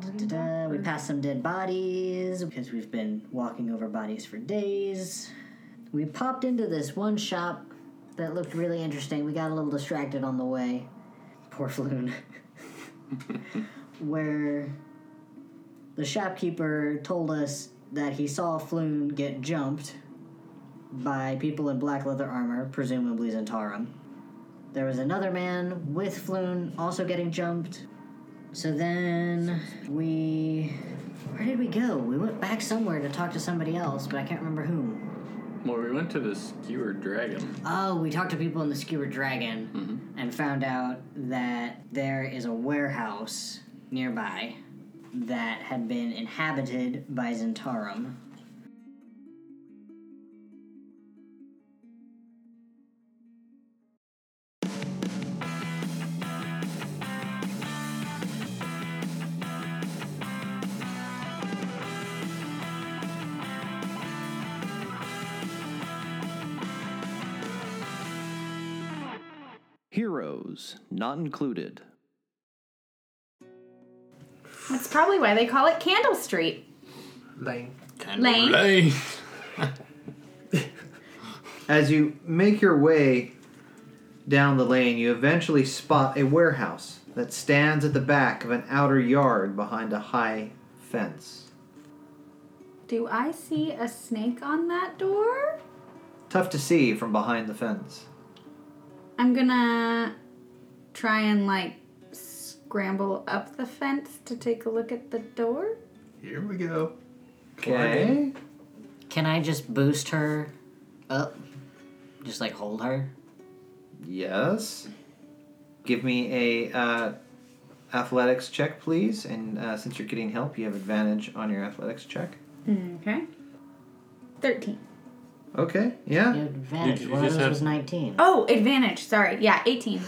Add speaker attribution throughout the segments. Speaker 1: Da-da-da. We passed some dead bodies because we've been walking over bodies for days. We popped into this one shop that looked really interesting. We got a little distracted on the way. Poor Floon. Where the shopkeeper told us that he saw Floon get jumped by people in black leather armor, presumably Zentarum. There was another man with Floon also getting jumped. So then we. Where did we go? We went back somewhere to talk to somebody else, but I can't remember whom.
Speaker 2: Well, we went to the skewered dragon.
Speaker 1: Oh, we talked to people in the Skewer Dragon and found out that there is a warehouse nearby that had been inhabited by Zentarum.
Speaker 3: Heroes Not Included.
Speaker 4: That's probably why they call it Candle Street.
Speaker 5: Lane.
Speaker 4: Lane.
Speaker 2: Hey!
Speaker 5: As you make your way down the lane, you eventually spot a warehouse that stands at the back of an outer yard behind a high fence.
Speaker 4: Do I see a snake on that door?
Speaker 5: Tough to see from behind the fence.
Speaker 4: I'm gonna try and like scramble up the fence to take a look at the door.
Speaker 6: Here we go.
Speaker 5: Okay.
Speaker 1: Can I just boost her up? Just like hold her?
Speaker 5: Yes. Give me a uh, athletics check, please. And uh, since you're getting help, you have advantage on your athletics check.
Speaker 4: Okay. 13.
Speaker 5: Okay. Yeah.
Speaker 1: You had advantage.
Speaker 2: You- you
Speaker 1: One of
Speaker 2: just
Speaker 1: those
Speaker 2: have-
Speaker 1: was 19.
Speaker 4: Oh, advantage. Sorry. Yeah, 18.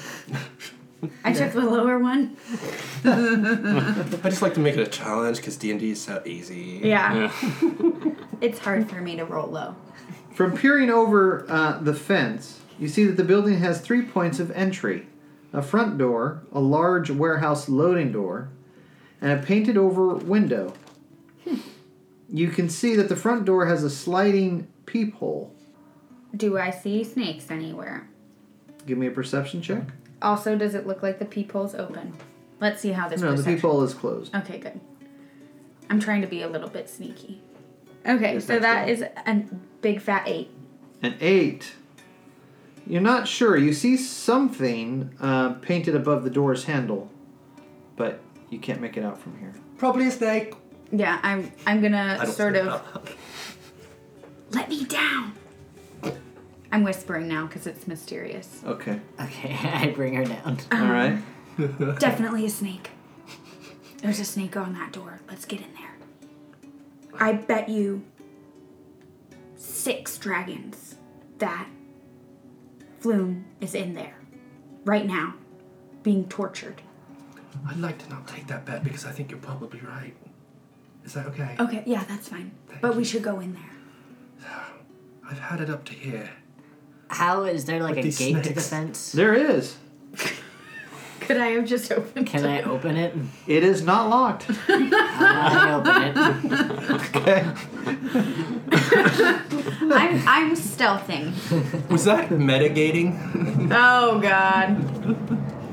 Speaker 4: I took the lower one.
Speaker 6: I just like to make it a challenge because D and D is so easy.
Speaker 4: Yeah.
Speaker 2: Yeah.
Speaker 4: It's hard for me to roll low.
Speaker 5: From peering over uh, the fence, you see that the building has three points of entry a front door, a large warehouse loading door, and a painted over window. Hmm. you can see that the front door has a sliding peephole.
Speaker 4: Do I see snakes anywhere?
Speaker 5: Give me a perception check.
Speaker 4: Also, does it look like the peephole's open? Let's see how this
Speaker 5: No, the
Speaker 4: perception-
Speaker 5: peephole is closed.
Speaker 4: Okay, good. I'm trying to be a little bit sneaky. Okay,
Speaker 5: Yes,
Speaker 4: so that
Speaker 5: that's
Speaker 4: is a big fat eight.
Speaker 5: An eight. You're not sure. You see something uh, painted above the door's handle, but you can't make it out from here.
Speaker 6: Probably a snake.
Speaker 4: Yeah, I'm I'm
Speaker 6: I
Speaker 4: gonna
Speaker 6: don't
Speaker 4: sort
Speaker 6: think
Speaker 4: of
Speaker 6: that-
Speaker 4: let me down. I'm whispering now because it's mysterious.
Speaker 5: Okay.
Speaker 1: Okay, I bring her down.
Speaker 5: All right.
Speaker 4: Definitely a snake. There's a snake on that door. Let's get in there. I bet you six dragons that Flume is in there right now, being tortured.
Speaker 6: I'd like to not take that bet because I think you're probably right. Is that okay?
Speaker 4: Okay, yeah, that's fine. But we should go in there.
Speaker 6: I've had it up to here.
Speaker 1: How is there like a gate to
Speaker 6: these
Speaker 1: the
Speaker 6: snakes.
Speaker 1: fence?
Speaker 5: There is.
Speaker 4: Could I have just opened
Speaker 1: Can I open it?
Speaker 5: It is not locked.
Speaker 1: I open it.
Speaker 4: I'm I'm stealthing.
Speaker 6: Was that mitigating?
Speaker 4: Oh god.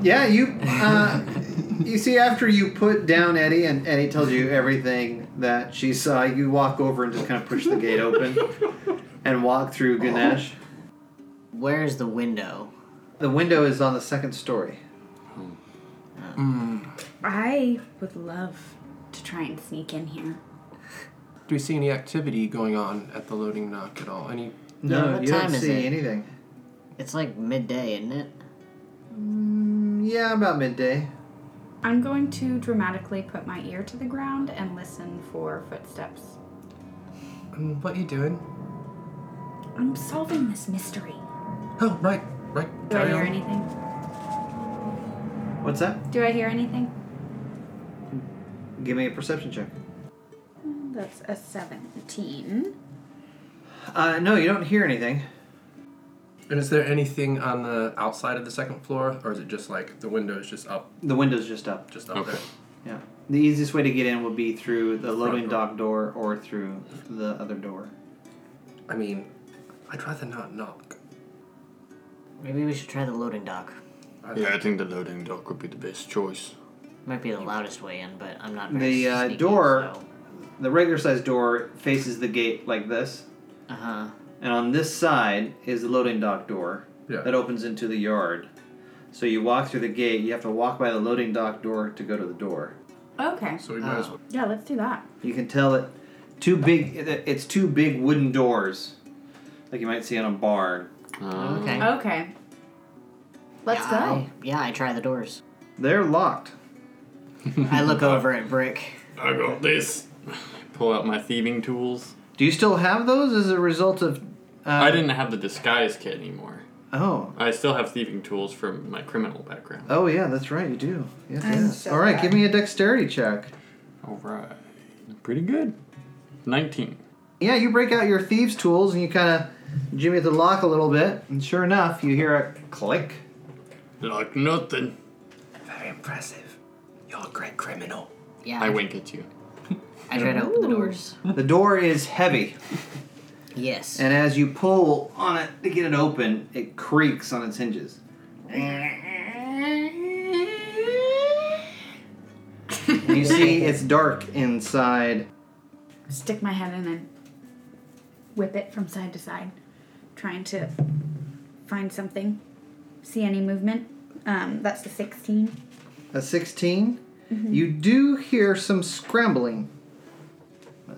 Speaker 5: Yeah, you. Uh, you see, after you put down Eddie, and Eddie tells you everything that she saw, you walk over and just kind of push the gate open and walk through Ganesh.
Speaker 1: Where is the window?
Speaker 5: The window is on the second story.
Speaker 4: I would love to try and sneak in here.
Speaker 6: Do we see any activity going on at the loading dock at all? Any?
Speaker 5: No,
Speaker 1: Yeah, what
Speaker 5: you
Speaker 1: time
Speaker 5: don't
Speaker 1: is
Speaker 5: see
Speaker 1: it?
Speaker 5: anything.
Speaker 1: It's like midday, isn't it?
Speaker 5: Yeah, about Mm, midday.
Speaker 4: I'm going to dramatically put my ear to the ground and listen for footsteps.
Speaker 6: Um, what you doing?
Speaker 4: I'm solving this mystery.
Speaker 6: Oh, right, right.
Speaker 4: Do I
Speaker 6: carry
Speaker 4: hear
Speaker 6: on.
Speaker 4: anything?
Speaker 7: What's that?
Speaker 4: Do I hear anything?
Speaker 7: Give me a perception check.
Speaker 4: That's a 17.
Speaker 7: Uh, no, you don't hear anything.
Speaker 6: And is there anything on the outside of the second floor, or is it just like the windows just up,
Speaker 7: The window's just up.
Speaker 6: just up
Speaker 8: Okay.
Speaker 6: there?
Speaker 7: Yeah. The easiest way to get in would be through the loading
Speaker 6: door.
Speaker 7: dock door or through the other door.
Speaker 6: I mean, I'd rather not knock.
Speaker 1: Maybe we should try the loading dock.
Speaker 6: I
Speaker 9: Yeah, I think the loading dock would be the best choice.
Speaker 1: Might be the loudest way in, but I'm not very
Speaker 7: The uh,
Speaker 1: sneaky,
Speaker 7: door,
Speaker 1: So.
Speaker 7: the regular sized door, faces the gate like this,
Speaker 1: Uh huh.
Speaker 7: and on this side is the loading dock door
Speaker 6: Yeah.
Speaker 7: that opens into the yard. So you walk through the gate. You have to walk by the loading dock door to go to the door.
Speaker 4: Okay.
Speaker 6: So we might
Speaker 5: Ah.
Speaker 6: as well.
Speaker 4: Yeah, let's do that.
Speaker 7: You can tell it two big. it- It's two big wooden doors, like you might see on a bar.
Speaker 9: Uh,
Speaker 1: Okay.
Speaker 4: Okay. Let's
Speaker 1: yeah,
Speaker 4: go.
Speaker 1: I, yeah, I try the doors.
Speaker 7: They're locked.
Speaker 1: I look over at Brick.
Speaker 9: I got this. Pull out my thieving tools.
Speaker 7: Do you still have those as a result of? Uh,
Speaker 9: I didn't have the disguise kit anymore.
Speaker 7: Oh.
Speaker 9: I still have thieving tools from my criminal background.
Speaker 7: Oh yeah, that's right. You do. Yes.
Speaker 4: I'm
Speaker 7: yes.
Speaker 4: so
Speaker 7: All right.
Speaker 4: bad.
Speaker 7: Give me a dexterity check.
Speaker 9: All right, pretty good. Nineteen.
Speaker 7: Yeah, you break out your thieves' tools and you kind of jimmy at the lock a little bit, and sure enough, you hear a click.
Speaker 9: Like nothing.
Speaker 6: Very impressive. You're a great criminal.
Speaker 1: Yeah.
Speaker 9: I wink at you.
Speaker 1: I try to open the doors.
Speaker 7: The door is heavy,
Speaker 1: Yes.
Speaker 7: and as you pull on it to get it open, it creaks on its hinges. And you see it's dark inside.
Speaker 4: Stick my head in and whip it from side to side, trying to find something, see any movement. Um, that's a 16.
Speaker 7: A 16. You do hear some scrambling.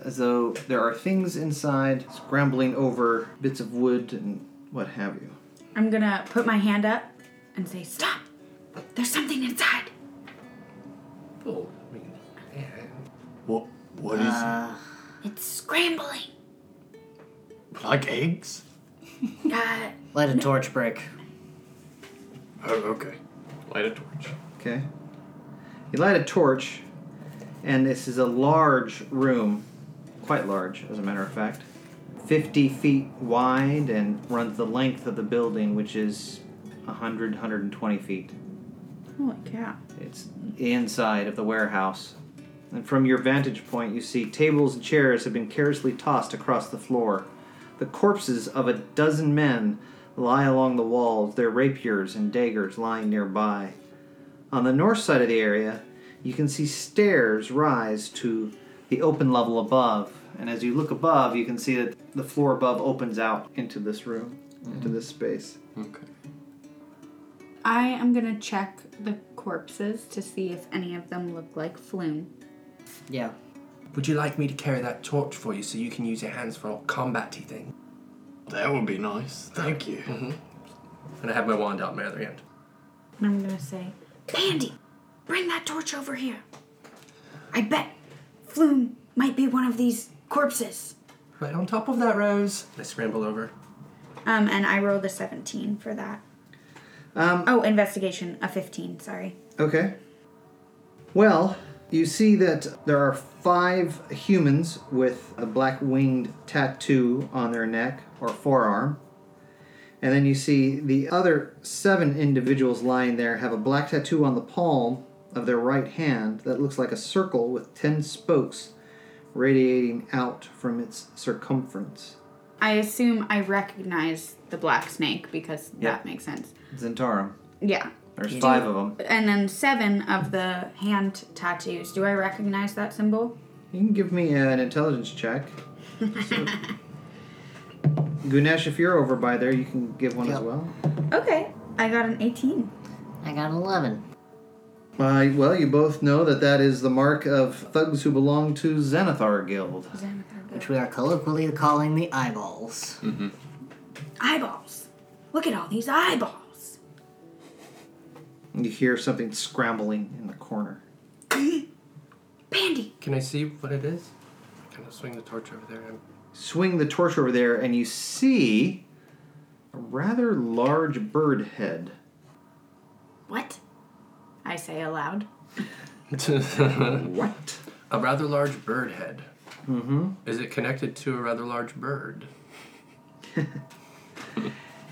Speaker 7: As though there are things inside scrambling over bits of wood and what have you.
Speaker 4: I'm gonna put my hand up and say, Stop! There's something inside!
Speaker 6: Oh, I mean, yeah.
Speaker 9: What? What is
Speaker 1: uh,
Speaker 4: It's scrambling!
Speaker 9: it? Like eggs?
Speaker 4: Uh,
Speaker 1: light a torch, Brick.
Speaker 9: Oh, okay. Light a torch.
Speaker 7: Okay. You light a torch, and this is a large room, quite large, as a matter of fact. 50 feet wide and runs the length of the building, which is 100, 120 feet.
Speaker 4: holy cow.
Speaker 7: It's inside of the warehouse. And from your vantage point, you see tables and chairs have been carelessly tossed across the floor. The corpses of a dozen men lie along the walls, their rapiers and daggers lying nearby. On the north side of the area, you can see stairs rise to the open level above. And as you look above, you can see that the floor above opens out into this room, into this space.
Speaker 9: Okay.
Speaker 4: I am gonna check the corpses to see if any of them look like Floon.
Speaker 1: Yeah.
Speaker 6: Would you like me to carry that torch for you so you can use your hands for all combaty thing? Mm-hmm.
Speaker 9: That would be nice. Thank you.
Speaker 6: And I have my wand out my other hand.
Speaker 4: And I'm gonna say, Pandy, bring that torch over here. I bet Floon might be one of these corpses.
Speaker 6: Right on top of that, Rose. I scramble over.
Speaker 4: Um, and I rolled a 17 for that.
Speaker 7: Um,
Speaker 4: Oh, investigation, a 15, sorry.
Speaker 7: Okay. Well, you see that there are five humans with a black winged tattoo on their neck or forearm. And then you see the other seven individuals lying there have a black tattoo on the palm of their right hand that looks like a circle with ten spokes radiating out from its circumference.
Speaker 4: I assume I recognize the black snake because that makes sense.
Speaker 7: Zentarum.
Speaker 4: Yeah.
Speaker 7: There's five of them.
Speaker 4: And then seven of the hand tattoos. Do I recognize that symbol?
Speaker 7: You can give me an intelligence check. So- Gunesh, if you're over by there, you can give one as
Speaker 1: Yep.
Speaker 7: well.
Speaker 4: Okay. I got an 18.
Speaker 1: I got an 11.
Speaker 7: Uh, well, you both know that that is the mark of thugs who belong to Xanathar Guild.
Speaker 4: Xanathar.
Speaker 1: Which we are colloquially calling the eyeballs.
Speaker 4: Eyeballs. Look at all these eyeballs.
Speaker 5: and you hear something scrambling in the corner.
Speaker 4: Bandy!
Speaker 6: Can I see what it is? I kind of swing the torch over there. and
Speaker 5: swing the torch over there and you see a rather large bird head.
Speaker 4: What? I say aloud.
Speaker 5: What?
Speaker 6: a rather large bird head. Mm-hmm. Is it connected to a rather large bird?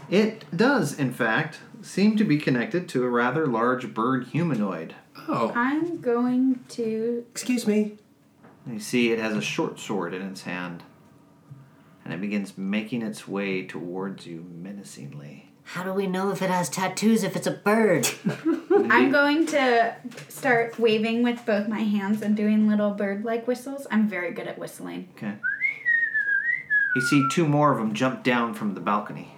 Speaker 5: It does, in fact, seem to be connected to a rather large bird humanoid.
Speaker 6: Oh.
Speaker 4: I'm going to.
Speaker 6: Excuse me.
Speaker 5: You see, it has a short sword in its hand, and it begins making its way towards you menacingly.
Speaker 1: How do we know if it has tattoos if it's a bird?
Speaker 4: I'm going to start waving with both my hands and doing little bird like whistles. I'm very good at whistling.
Speaker 5: Okay. You see two more of them jump down from the balcony.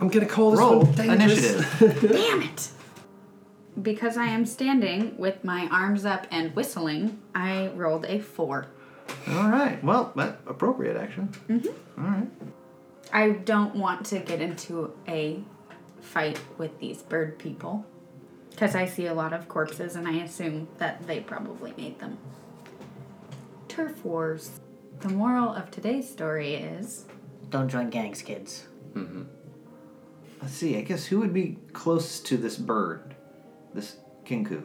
Speaker 6: I'm gonna call this
Speaker 5: Roll
Speaker 6: one dangerous.
Speaker 5: initiative.
Speaker 4: Damn it! Because I am standing with my arms up and whistling, I rolled a four.
Speaker 5: All right. Well, that appropriate actually.
Speaker 4: I don't want to get into a fight with these bird people because I see a lot of corpses and I assume that they probably made them. Turf wars. The moral of today's story is
Speaker 1: Don't join gangs, kids.
Speaker 5: Let's see. I guess who would be closest to this bird, this kinku?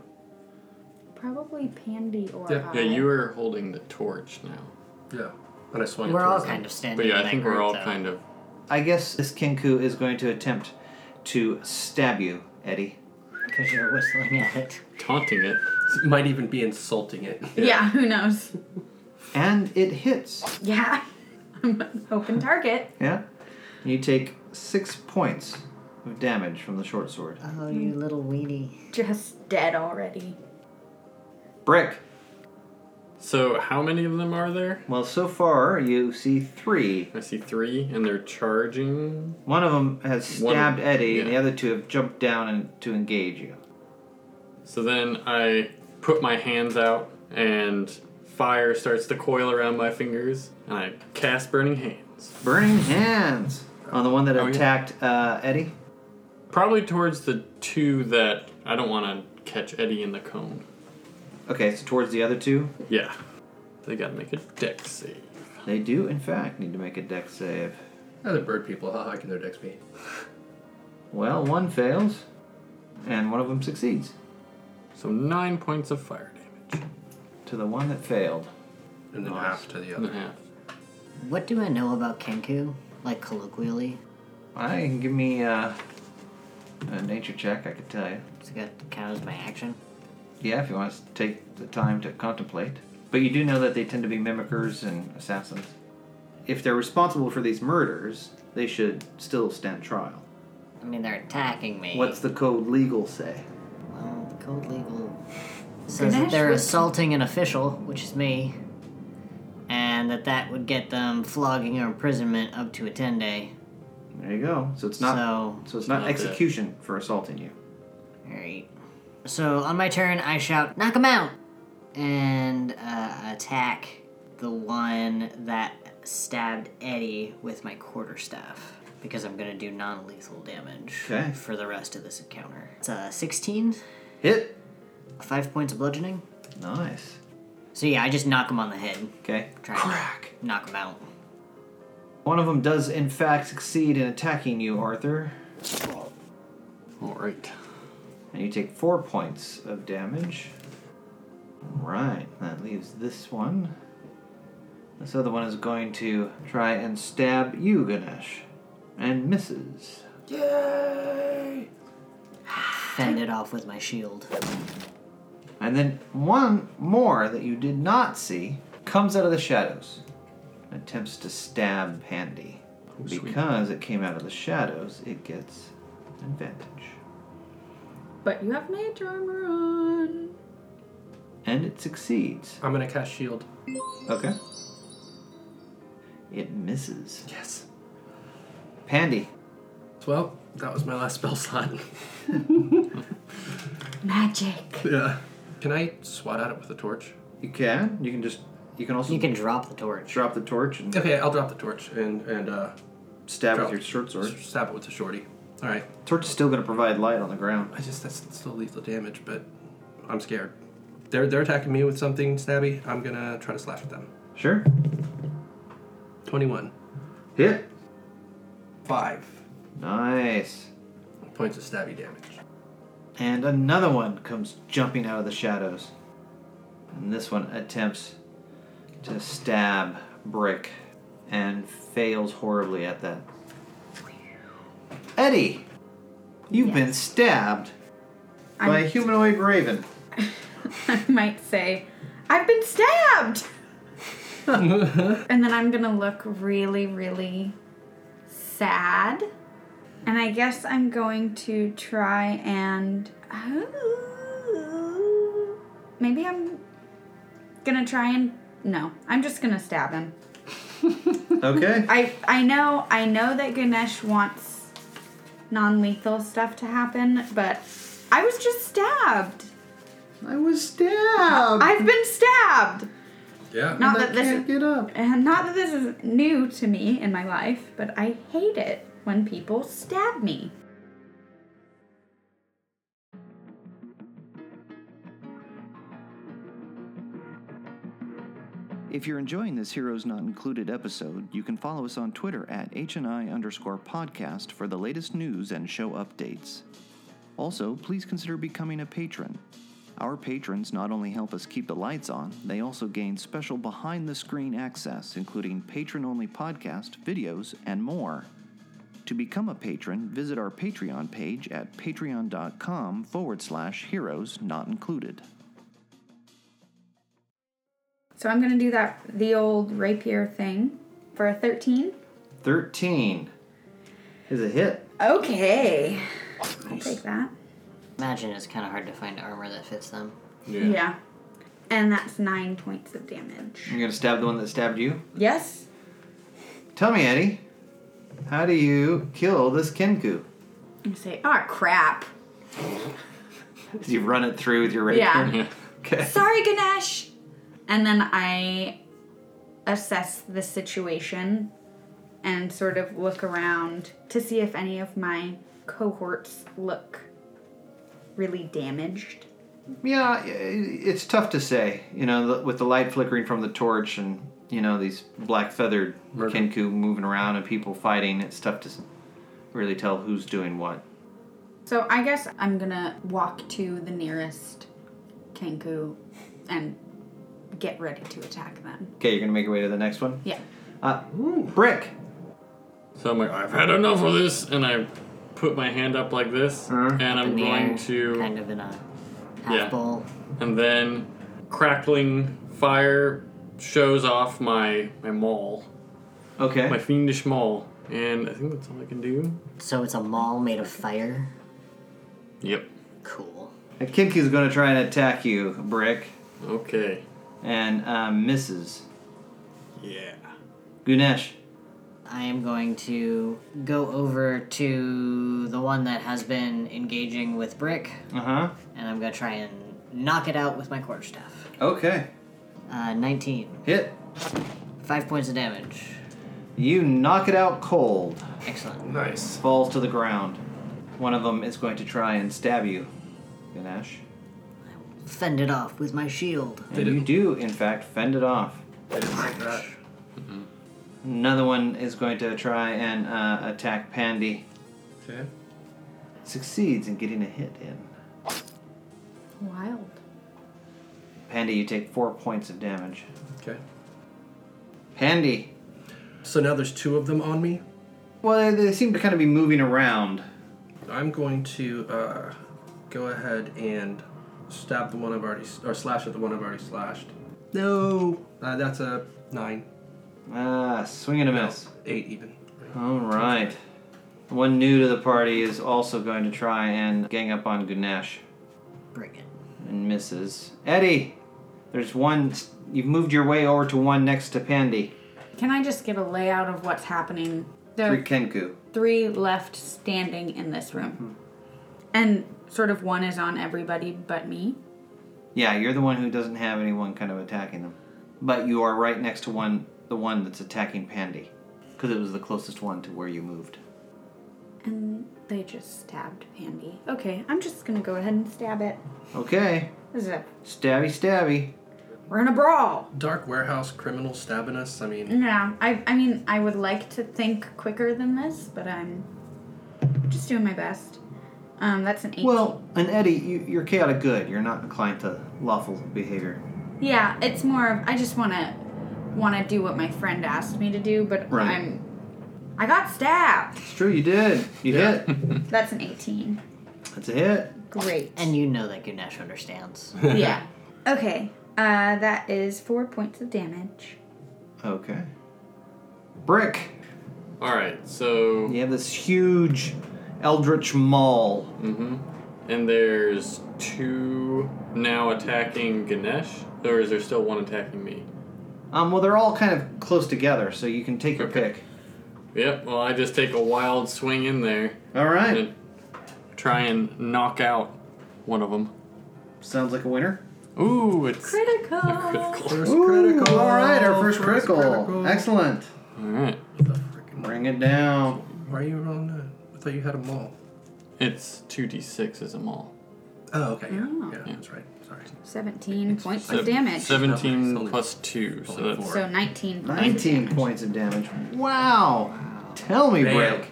Speaker 4: probably Pandy or
Speaker 2: Yeah,
Speaker 9: Yeah,
Speaker 4: I.
Speaker 9: you were holding the torch now.
Speaker 6: Yeah. And I swung. it
Speaker 1: We're all
Speaker 6: towards them.
Speaker 1: kind of standing.
Speaker 9: But yeah,
Speaker 1: in
Speaker 9: I
Speaker 1: that
Speaker 9: think we're
Speaker 1: group,
Speaker 9: all
Speaker 1: though.
Speaker 9: kind of.
Speaker 5: I guess this kinku is going to attempt to stab you, Eddie.
Speaker 1: because you're whistling at it.
Speaker 9: Taunting it.
Speaker 6: Might even be insulting it.
Speaker 4: yeah, who knows?
Speaker 5: And it hits.
Speaker 4: Yeah. I'm open target.
Speaker 5: Yeah. You take six points of damage from the short sword.
Speaker 1: Oh, you little weenie.
Speaker 4: Just dead already.
Speaker 5: Brick.
Speaker 9: So, how many of them are there?
Speaker 5: Well, so far you see three.
Speaker 9: I see three, and they're charging.
Speaker 5: One of them has
Speaker 9: One-
Speaker 5: stabbed Eddie, and the
Speaker 9: yeah.
Speaker 5: other two have jumped down and to engage you.
Speaker 9: So then I put my hands out, and fire starts to coil around my fingers, and I cast Burning Hands.
Speaker 5: Burning hands on the one that
Speaker 9: Oh, yeah.
Speaker 5: attacked uh, Eddie.
Speaker 9: Probably towards the two that I don't want to catch Eddie in the cone.
Speaker 5: Okay, so towards the other two,
Speaker 9: Yeah. They gotta make a deck save.
Speaker 5: they do in fact need to make a deck save.
Speaker 6: Other bird people. How high can their decks be?
Speaker 5: Well, one fails, and one of them succeeds.
Speaker 9: So nine points of fire damage.
Speaker 5: To the one that failed,
Speaker 6: And then half to the
Speaker 9: And a
Speaker 6: other.
Speaker 9: half.
Speaker 1: What do I know about Kenku? Like colloquially,
Speaker 5: I can give me uh, a nature check. I could tell you.
Speaker 1: does it got- count as my action?
Speaker 5: Yeah, if you want to take the time to contemplate. But you do know that they tend to be mimickers and assassins. If they're responsible for these murders, they should still stand trial.
Speaker 1: I mean, they're attacking me.
Speaker 5: What's the code legal say?
Speaker 1: Well, the code legal says that
Speaker 4: Dinesh
Speaker 1: they're
Speaker 4: would-
Speaker 1: assaulting an official, which is me, and that that would get them flogging or imprisonment up to a 10 day.
Speaker 5: There you go. So it's not.
Speaker 1: so,
Speaker 5: So it's not,
Speaker 9: Not that.
Speaker 5: execution for assaulting you.
Speaker 1: alright. So, on my turn, I shout, knock him out! And uh, attack the one that stabbed Eddie with my quarterstaff. Because I'm gonna do non lethal damage
Speaker 5: Okay.
Speaker 1: for the rest of this encounter. It's uh, 16,
Speaker 5: Hit.
Speaker 1: 5 points of bludgeoning.
Speaker 5: Nice.
Speaker 1: So, yeah, I just knock him on the head.
Speaker 5: Okay.
Speaker 1: Try Crack! Knock him out.
Speaker 5: One of them does in fact succeed in attacking you, Arthur,
Speaker 9: Alright.
Speaker 5: and you take four points of damage. Right, that leaves this one. This other one is going to try and stab you, Ganesh, and misses.
Speaker 6: Yay!
Speaker 1: Fend it off with my shield.
Speaker 5: And then one more that you did not see comes out of the shadows, and attempts to stab Pandy.
Speaker 9: sweet.
Speaker 5: Because it came out of the shadows, it gets an advantage.
Speaker 4: But you have mage armor on.
Speaker 5: And it succeeds.
Speaker 6: I'm gonna cast shield.
Speaker 5: Okay. It misses.
Speaker 6: Yes.
Speaker 5: Pandy.
Speaker 6: Well, that was my last spell slot.
Speaker 4: Magic.
Speaker 6: yeah. Can I swat at it with a torch?
Speaker 5: You can. You can just. You can also
Speaker 1: You can drop the torch.
Speaker 5: drop the torch and
Speaker 6: Okay, I'll drop the torch and and uh,
Speaker 5: stab
Speaker 6: Drop.
Speaker 5: with your short sword.
Speaker 6: stab it with the shorty. All right.
Speaker 5: Torch is still going to provide light on the ground.
Speaker 6: I just that's still lethal damage, but I'm scared. They're they're attacking me with something stabby. I'm gonna try to slash at them.
Speaker 5: Sure.
Speaker 6: Twenty-one,
Speaker 5: Hit.
Speaker 6: five
Speaker 5: Nice.
Speaker 6: points of stabby damage.
Speaker 5: And another one comes jumping out of the shadows. And this one attempts to stab Brick and fails horribly at that. Eddie! You've
Speaker 4: Yes.
Speaker 5: been stabbed
Speaker 4: I'm-
Speaker 5: by a humanoid raven.
Speaker 4: I might say, I've been stabbed! and then I'm gonna look really, really sad. And I guess I'm going to try and. Oh, maybe I'm gonna try and. No, I'm just gonna stab him.
Speaker 5: Okay.
Speaker 4: I I know I know that Ganesh wants non-lethal stuff to happen, but I was just stabbed.
Speaker 5: I was stabbed!
Speaker 4: I've been stabbed.
Speaker 6: Yeah.
Speaker 4: Not
Speaker 5: I
Speaker 4: that this
Speaker 5: can't
Speaker 4: is
Speaker 5: get up.
Speaker 4: and not that this is new to me in my life, but I hate it when people stab me.
Speaker 3: If you're enjoying this Heroes Not Included episode, you can follow us on Twitter at HNI underscore podcast for the latest news and show updates. Also, please consider becoming a patron. Our patrons not only help us keep the lights on, they also gain special behind the screen access, including patron only podcast, videos, and more. To become a patron, visit our Patreon page at patreon.com forward slash heroes not included.
Speaker 4: So I'm gonna do that the old rapier thing for a 13.
Speaker 5: 13 is a hit.
Speaker 4: Okay. I'll take that.
Speaker 1: Imagine it's kind of hard to find armor that fits them.
Speaker 4: Yeah. And that's nine points of damage.
Speaker 5: You're going to stab the one that stabbed you?
Speaker 4: Yes.
Speaker 5: Tell me, Eddie, how do you kill this Kenku?
Speaker 4: You say, oh crap.
Speaker 5: Did you run it through with your rapier?
Speaker 4: Yeah.
Speaker 9: Yeah.
Speaker 5: Okay.
Speaker 4: Sorry, Ganesh. And then I assess the situation and sort of look around to see if any of my cohorts look really damaged.
Speaker 5: Yeah, i- it's tough to say. You know, with the light flickering from the torch and you know these black feathered
Speaker 6: Murder.
Speaker 5: kenku moving around and people fighting, it's tough to s- really tell who's doing what.
Speaker 4: So I guess I'm gonna walk to the nearest Kenku and get ready to attack them.
Speaker 5: Okay, you're gonna make your way to the next one.
Speaker 4: Yeah.
Speaker 5: Uh, brick.
Speaker 9: So I'm like, I've had enough of this, and I put my hand up like this,
Speaker 5: Uh-huh.
Speaker 9: and I'm
Speaker 1: In the
Speaker 9: going
Speaker 1: air,
Speaker 9: to,
Speaker 1: Kind of in a half
Speaker 9: Yeah.
Speaker 1: bowl.
Speaker 9: and then crackling fire shows off my my maul,
Speaker 5: Okay.
Speaker 9: my fiendish maul, and I think that's all I can do.
Speaker 1: So it's a maul made of fire.
Speaker 9: Yep.
Speaker 1: Cool.
Speaker 5: A kenku's gonna try and attack you, Brick,
Speaker 9: Okay.
Speaker 5: and uh, misses.
Speaker 9: Yeah.
Speaker 5: Gunesh.
Speaker 1: I am going to go over to the one that has been engaging with Brick,
Speaker 5: Uh huh.
Speaker 1: and I'm going to try and knock it out with my quarterstaff.
Speaker 5: Okay.
Speaker 1: Uh, 19.
Speaker 5: Hit.
Speaker 1: Five points of damage.
Speaker 5: You knock it out cold.
Speaker 1: Excellent.
Speaker 6: Nice.
Speaker 5: Falls to the ground. One of them is going to try and stab you, Gunesh.
Speaker 1: Fend it off with my shield.
Speaker 5: And you do, in fact, fend it off.
Speaker 6: I didn't like that.
Speaker 5: Another one is going to try and uh, attack Pandy.
Speaker 6: Okay.
Speaker 5: Succeeds in getting a hit in.
Speaker 4: Wild.
Speaker 5: Pandy, you take four points of damage.
Speaker 6: Okay.
Speaker 5: Pandy!
Speaker 6: So now there's two of them on me.
Speaker 5: Well, they, they seem to kind of be moving around.
Speaker 6: I'm going to uh, go ahead and stab the one I've already or slash at the one I've already slashed. No. Uh, that's a nine,
Speaker 5: Ah, swing and a miss.
Speaker 6: eight even.
Speaker 5: Alright. One new to the party is also going to try and gang up on Ganesh
Speaker 1: Bring it.
Speaker 5: and misses. Eddie! There's one. You've moved your way over to one next to Pandy.
Speaker 4: Can I just get a layout of what's happening? There
Speaker 5: Three Kenku.
Speaker 4: three left standing in this
Speaker 5: Mm-hmm.
Speaker 4: room. And sort of one is on everybody but me.
Speaker 5: Yeah, you're the one who doesn't have anyone kind of attacking them. But you are right next to one the one that's attacking Pandy. Because it was the closest one to where you moved.
Speaker 4: And they just stabbed Pandy. Okay, I'm just gonna go ahead and stab it.
Speaker 5: Okay.
Speaker 4: This is a,
Speaker 5: Stabby, stabby.
Speaker 4: we're in a brawl.
Speaker 6: Dark warehouse criminal stabbing us. I mean,
Speaker 4: Yeah, I, I mean, I would like to think quicker than this, but I'm just doing my best. Um, that's an 18.
Speaker 5: Well, and Eddie, you, you're chaotic good. You're not inclined to lawful behavior.
Speaker 4: yeah, it's more of I just wanna wanna do what my friend asked me to do, but
Speaker 5: Right.
Speaker 4: I'm I got stabbed.
Speaker 5: It's true, you did. You
Speaker 6: Yeah.
Speaker 5: hit.
Speaker 4: That's an 18.
Speaker 5: That's a hit.
Speaker 4: Great.
Speaker 1: And you know that Ganesh understands.
Speaker 4: yeah. Okay. Uh, that is four points of damage.
Speaker 5: Okay. Brick.
Speaker 9: All right, so
Speaker 5: You have this huge eldritch maul.
Speaker 9: hmm and there's two now attacking Ganesh, or is there still one attacking me?
Speaker 5: Um, well, they're all kind of close together, so you can take your
Speaker 9: Okay.
Speaker 5: pick.
Speaker 9: Yep. Well, I just take a wild swing in there
Speaker 5: All right.
Speaker 9: and try and knock out one of them.
Speaker 5: Sounds like a winner.
Speaker 9: Ooh, it's
Speaker 4: Critical.
Speaker 9: critical.
Speaker 6: first
Speaker 5: Ooh,
Speaker 6: critical.
Speaker 5: All right, our first,
Speaker 6: First
Speaker 5: critical. Excellent.
Speaker 9: All right,
Speaker 6: What the frickin-
Speaker 5: Bring it down.
Speaker 6: Why are you rolling that? I thought you had a mall.
Speaker 9: it's two d sixes them all.
Speaker 6: Oh, okay, yeah,
Speaker 4: Oh.
Speaker 6: yeah, that's right. Sorry.
Speaker 4: 17 points
Speaker 1: Oh,
Speaker 9: Sev-
Speaker 4: of damage.
Speaker 9: Seventeen
Speaker 6: It's only-
Speaker 9: plus two, so
Speaker 6: only
Speaker 9: that's
Speaker 6: four.
Speaker 4: So 19 points.
Speaker 5: 19 points of damage. Wow. Tell me,
Speaker 6: Bam.
Speaker 5: Brick.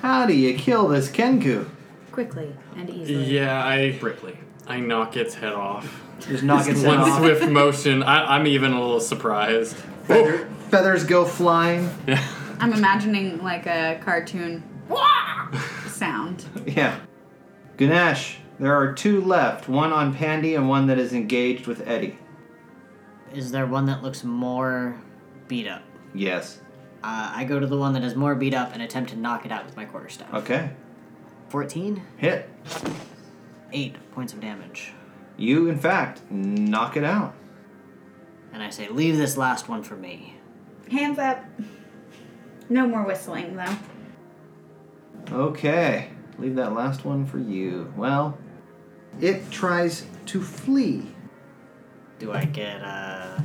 Speaker 5: How do you kill this Kenku?
Speaker 4: Quickly and easily.
Speaker 9: yeah. I
Speaker 6: Brickley.
Speaker 9: I knock its head off.
Speaker 5: Just knock its head
Speaker 9: One
Speaker 5: off.
Speaker 9: swift motion. I, I'm even a little surprised.
Speaker 5: Feather- feathers go flying.
Speaker 9: Yeah.
Speaker 4: I'm imagining like a cartoon "Wah!" sound.
Speaker 5: Yeah. Ganesh, there are two left one on Pandy and one that is engaged with Eddie.
Speaker 1: Is there one that looks more beat up?
Speaker 5: Yes.
Speaker 1: Uh, I go to the one that is more beat up and attempt to knock it out with my quarterstaff.
Speaker 5: Okay.
Speaker 1: 14,
Speaker 5: Hit.
Speaker 1: 8 points of damage.
Speaker 5: You, in fact, knock it out.
Speaker 1: And I say, leave this last one for me.
Speaker 4: Hands up. No more whistling though.
Speaker 5: Okay. Leave that last one for you. Well, it tries to flee.
Speaker 1: Do I get, uh.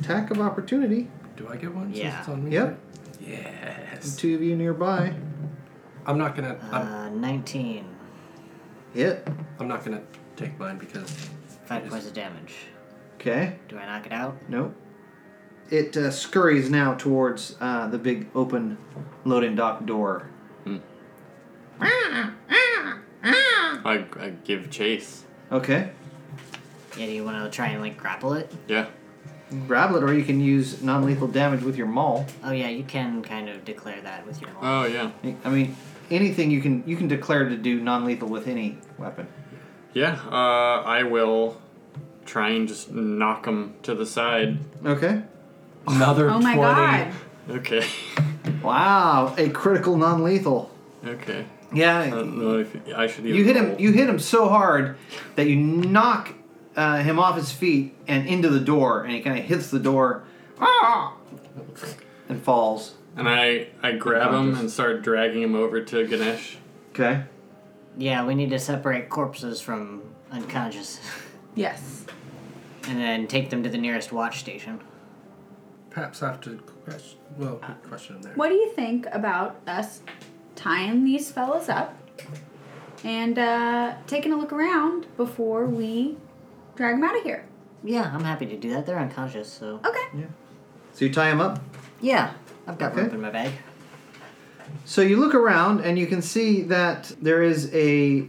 Speaker 5: Attack of opportunity.
Speaker 6: Do I get one? since
Speaker 1: Yeah.
Speaker 6: It's on me?
Speaker 5: Yep.
Speaker 6: Yes.
Speaker 5: Two of you nearby.
Speaker 6: I'm not gonna. I'm,
Speaker 1: Uh, 19.
Speaker 5: Hit.
Speaker 6: I'm not gonna take mine because
Speaker 1: 5 points of damage.
Speaker 5: Okay.
Speaker 1: Do I knock it out?
Speaker 5: Nope. It uh, scurries now towards uh, the big open loading dock door.
Speaker 4: Ah,
Speaker 9: I, I give chase.
Speaker 5: Okay.
Speaker 1: Yeah, do you want to try and, like, grapple it?
Speaker 9: Yeah.
Speaker 5: Grab it, or you can use non lethal damage with your maul.
Speaker 1: Oh, yeah, you can kind of declare that with your maul.
Speaker 9: Oh yeah.
Speaker 5: I mean, anything you can you can declare to do non lethal with any weapon.
Speaker 9: Yeah. Uh, I will try and just knock him to the side.
Speaker 5: Okay.
Speaker 6: another.
Speaker 4: Oh my god.
Speaker 9: Okay.
Speaker 5: Wow, a critical non lethal.
Speaker 9: okay.
Speaker 5: Yeah.
Speaker 9: I don't know if I should. Even
Speaker 5: You hit him.
Speaker 9: roll.
Speaker 5: You hit him so hard that you knock uh, him off his feet and into the door, and he kind of hits the door, ah, and falls.
Speaker 9: And I I grab him and start dragging him over to Ganesh.
Speaker 5: Okay.
Speaker 1: Yeah, we need to separate corpses from unconscious
Speaker 4: Yes.
Speaker 1: and then take them to the nearest watch station.
Speaker 6: Perhaps I have to question. Well, good question there.
Speaker 4: What do you think about us tying these fellas up and uh, taking a look around before we drag them out of here?
Speaker 1: Yeah, I'm happy to do that. They're unconscious, so.
Speaker 4: Okay.
Speaker 5: So you tie him up.
Speaker 1: Yeah, I've got
Speaker 5: Okay.
Speaker 1: rope in my bag.
Speaker 5: So you look around and you can see that there is a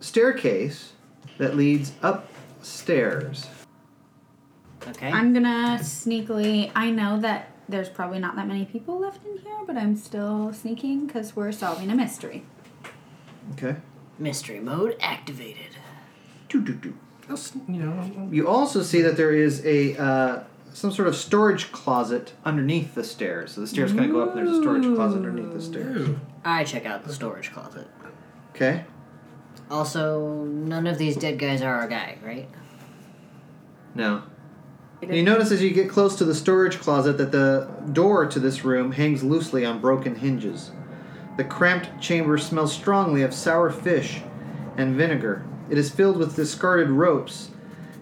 Speaker 5: staircase that leads upstairs.
Speaker 1: Okay.
Speaker 4: I'm gonna sneakily. I know that there's probably not that many people left in here, but I'm still sneaking because we're solving a mystery.
Speaker 5: Okay.
Speaker 1: Mystery mode activated.
Speaker 5: Doo, doo, doo.
Speaker 6: I'll s- you know, I'll-
Speaker 5: You also see that there is a uh, some sort of storage closet underneath the stairs. So the stairs kind of go up, and there's a storage closet underneath the
Speaker 6: I'll-
Speaker 5: stairs.
Speaker 6: Ooh.
Speaker 1: I check out the storage closet.
Speaker 5: Okay.
Speaker 1: Also, none of these dead guys are our guy, right?
Speaker 5: No. You notice as you get close to the storage closet that the door to this room hangs loosely on broken hinges. The cramped chamber smells strongly of sour fish and vinegar. It is filled with discarded ropes,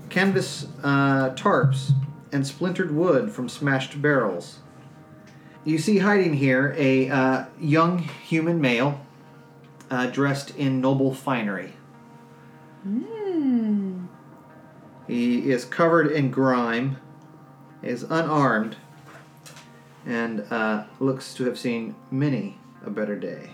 Speaker 5: canvas uh, tarps, and splintered wood from smashed barrels. You see hiding here a uh, young human male uh, dressed in noble finery.
Speaker 4: Hmm,
Speaker 5: He is covered in grime, is unarmed, and uh, looks to have seen many a better day.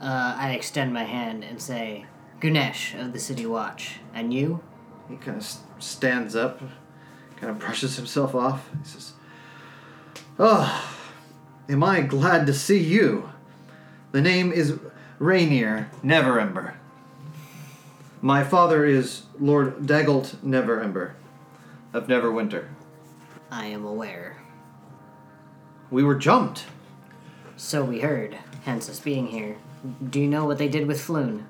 Speaker 1: Uh, I extend my hand and say, Gunesh of the City Watch, and you?
Speaker 5: He kind of stands up, kind of brushes himself off. He says, Oh, am I glad to see you? The name is Rainier Neverember. My father is Lord Dagult Neverember of Neverwinter.
Speaker 1: I am aware.
Speaker 5: We were jumped.
Speaker 1: So we heard, hence us being here. Do you know what they did with Floon?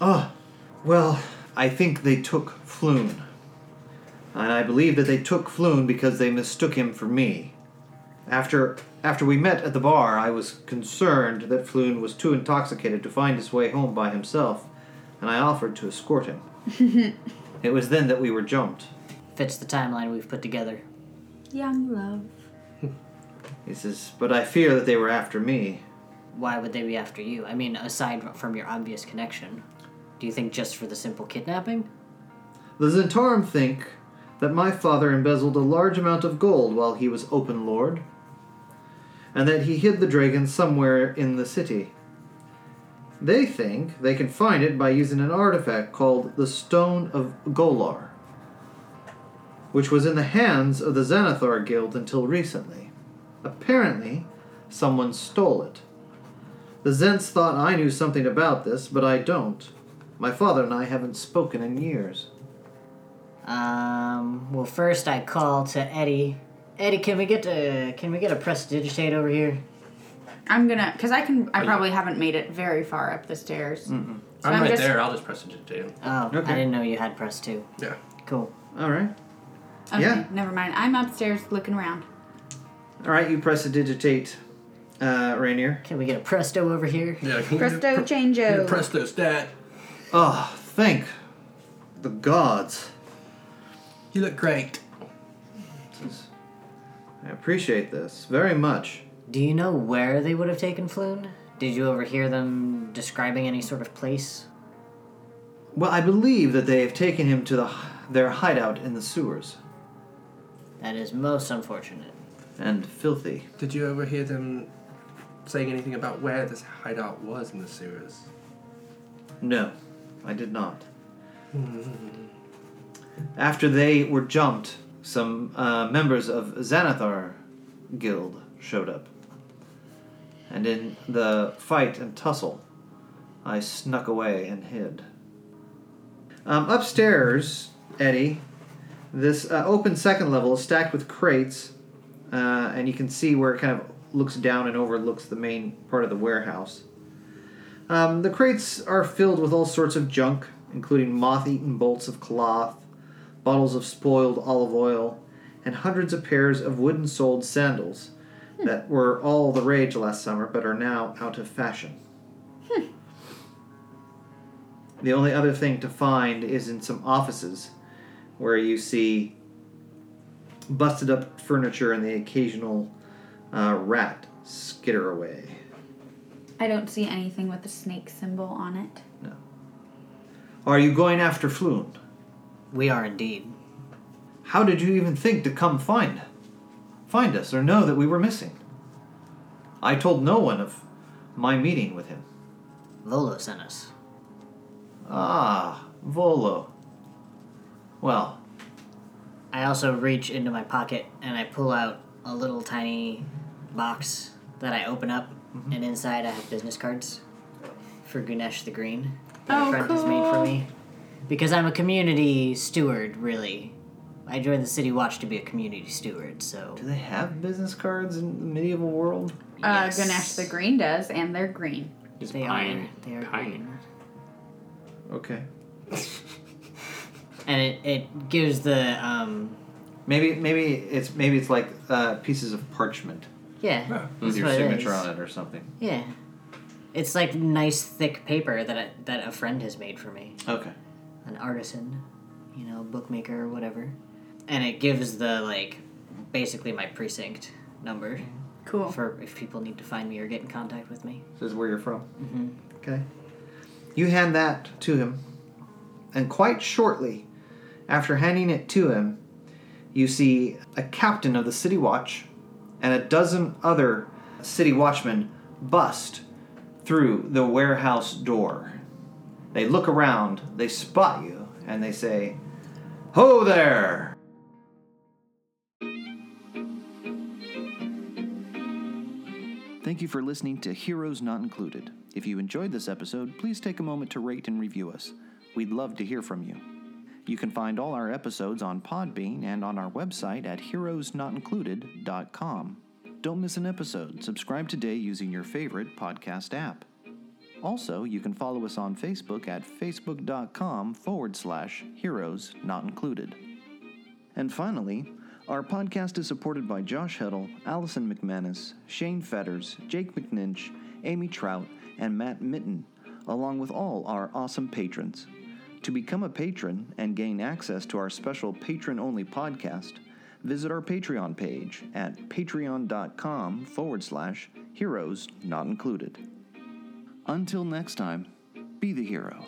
Speaker 5: Oh, well, I think they took Floon. And I believe that they took Floon because they mistook him for me. After after we met at the bar, I was concerned that Floon was too intoxicated to find his way home by himself, and I offered to escort him. it was then that we were jumped.
Speaker 1: Fits the timeline we've put together.
Speaker 4: Young love.
Speaker 5: He says, but I fear that they were after me.
Speaker 1: Why would they be after you? I mean, aside from your obvious connection. Do you think just for the simple kidnapping?
Speaker 5: The Zentarum think that my father embezzled a large amount of gold while he was open lord, and that he hid the dragon somewhere in the city. They think they can find it by using an artifact called the Stone of Golar, which was in the hands of the Xanathar Guild until recently. Apparently, someone stole it. The Zents thought I knew something about this, but I don't. My father and I haven't spoken in years.
Speaker 1: Um, well, first I call to Eddie. Eddie, can we get a can we get a prestidigitate over here?
Speaker 4: I'm gonna, cause I can. I probably haven't made it very far up the stairs. So
Speaker 6: I'm,
Speaker 4: I'm
Speaker 6: right
Speaker 4: just-
Speaker 6: there. I'll just press it to jail.
Speaker 1: Oh,
Speaker 5: Okay.
Speaker 1: I didn't know you had press too.
Speaker 6: Yeah.
Speaker 1: Cool.
Speaker 5: All right.
Speaker 4: Okay,
Speaker 5: Yeah.
Speaker 4: never mind. I'm upstairs looking around.
Speaker 5: All right, you press a digitate, uh, Rainier.
Speaker 1: Can we get a presto over here?
Speaker 6: Yeah. can we
Speaker 4: Presto
Speaker 6: do pre-
Speaker 4: changeo.
Speaker 6: do Presto stat.
Speaker 5: Oh, thank the gods.
Speaker 6: You look great.
Speaker 5: I appreciate this very much.
Speaker 1: Do you know where they would have taken Floon? Did you overhear them describing any sort of place?
Speaker 5: Well, I believe that they have taken him to the, their hideout in the sewers.
Speaker 1: That is most unfortunate.
Speaker 5: And filthy.
Speaker 6: Did you ever hear them saying anything about where this hideout was in the sewers?
Speaker 5: No, I did not. After they were jumped, some uh, members of Xanathar Guild showed up. And in the fight and tussle, I snuck away and hid. Um, upstairs, Eddie, this uh, open second level is stacked with crates, uh, and you can see where it kind of looks down and overlooks the main part of the warehouse. Um, the crates are filled with all sorts of junk, including moth eaten bolts of cloth, bottles of spoiled olive oil, and hundreds of pairs of wooden soled sandals that were all the rage last summer but are now out of fashion. The only other thing to find is in some offices where you see busted up furniture and the occasional uh, rat skitter away.
Speaker 4: I don't see anything with the snake symbol on it.
Speaker 5: Are you going after Floon?
Speaker 1: We are indeed.
Speaker 5: How did you even think to come find find us or know that we were missing? I told no one of my meeting with him.
Speaker 1: Volo sent us.
Speaker 5: Ah, Volo. Well,
Speaker 1: I also reach into my pocket and I pull out a little tiny box that I open up, and inside I have business cards for Gunesh the Green. that
Speaker 4: Oh,
Speaker 1: a friend has made for
Speaker 4: cool.
Speaker 1: me. Because I'm a community steward, really. I joined the City Watch to be a community steward, so.
Speaker 5: do they have business cards in the medieval world?
Speaker 1: Yes.
Speaker 4: Uh, Ganesh the Green does, and they're green.
Speaker 9: Just
Speaker 1: They
Speaker 9: pine,
Speaker 1: are. They are
Speaker 9: pining.
Speaker 1: green.
Speaker 5: Okay.
Speaker 1: And it, it gives the. Um,
Speaker 5: Maybe maybe it's maybe it's like uh, pieces of parchment
Speaker 1: yeah.
Speaker 6: Yeah,
Speaker 1: that's
Speaker 5: with your
Speaker 1: what it
Speaker 5: signature
Speaker 1: is.
Speaker 5: on it or something.
Speaker 1: Yeah. It's like nice thick paper that I, that a friend has made for me.
Speaker 5: Okay.
Speaker 1: an artisan, you know, bookmaker or whatever. And it gives the like basically my precinct number
Speaker 4: Cool.
Speaker 1: for if people need to find me or get in contact with me.
Speaker 5: This is where you're from.
Speaker 10: Okay. You hand that to him, and quite shortly after handing it to him, you see a captain of the city watch and a dozen other city watchmen bust through the warehouse door. They look around, they spot you, and they say, Ho there!
Speaker 5: Thank you for listening to Heroes Not Included. If you enjoyed this episode, please take a moment to rate and review us. We'd love to hear from you. You can find all our episodes on Podbean and on our website at heroesnotincluded.com. Don't miss an episode. Subscribe today using your favorite podcast app. Also, you can follow us on Facebook at facebook.com forward slash heroes not included. And finally, our podcast is supported by Josh Heddle, Allison McManus, Shane Fetters, Jake McNinch, Amy Trout, and Matt Mitten, along with all our awesome patrons. To become a patron and gain access to our special patron only podcast, visit our Patreon page at patreon.com forward slash heroes not included. Until next time, be the hero.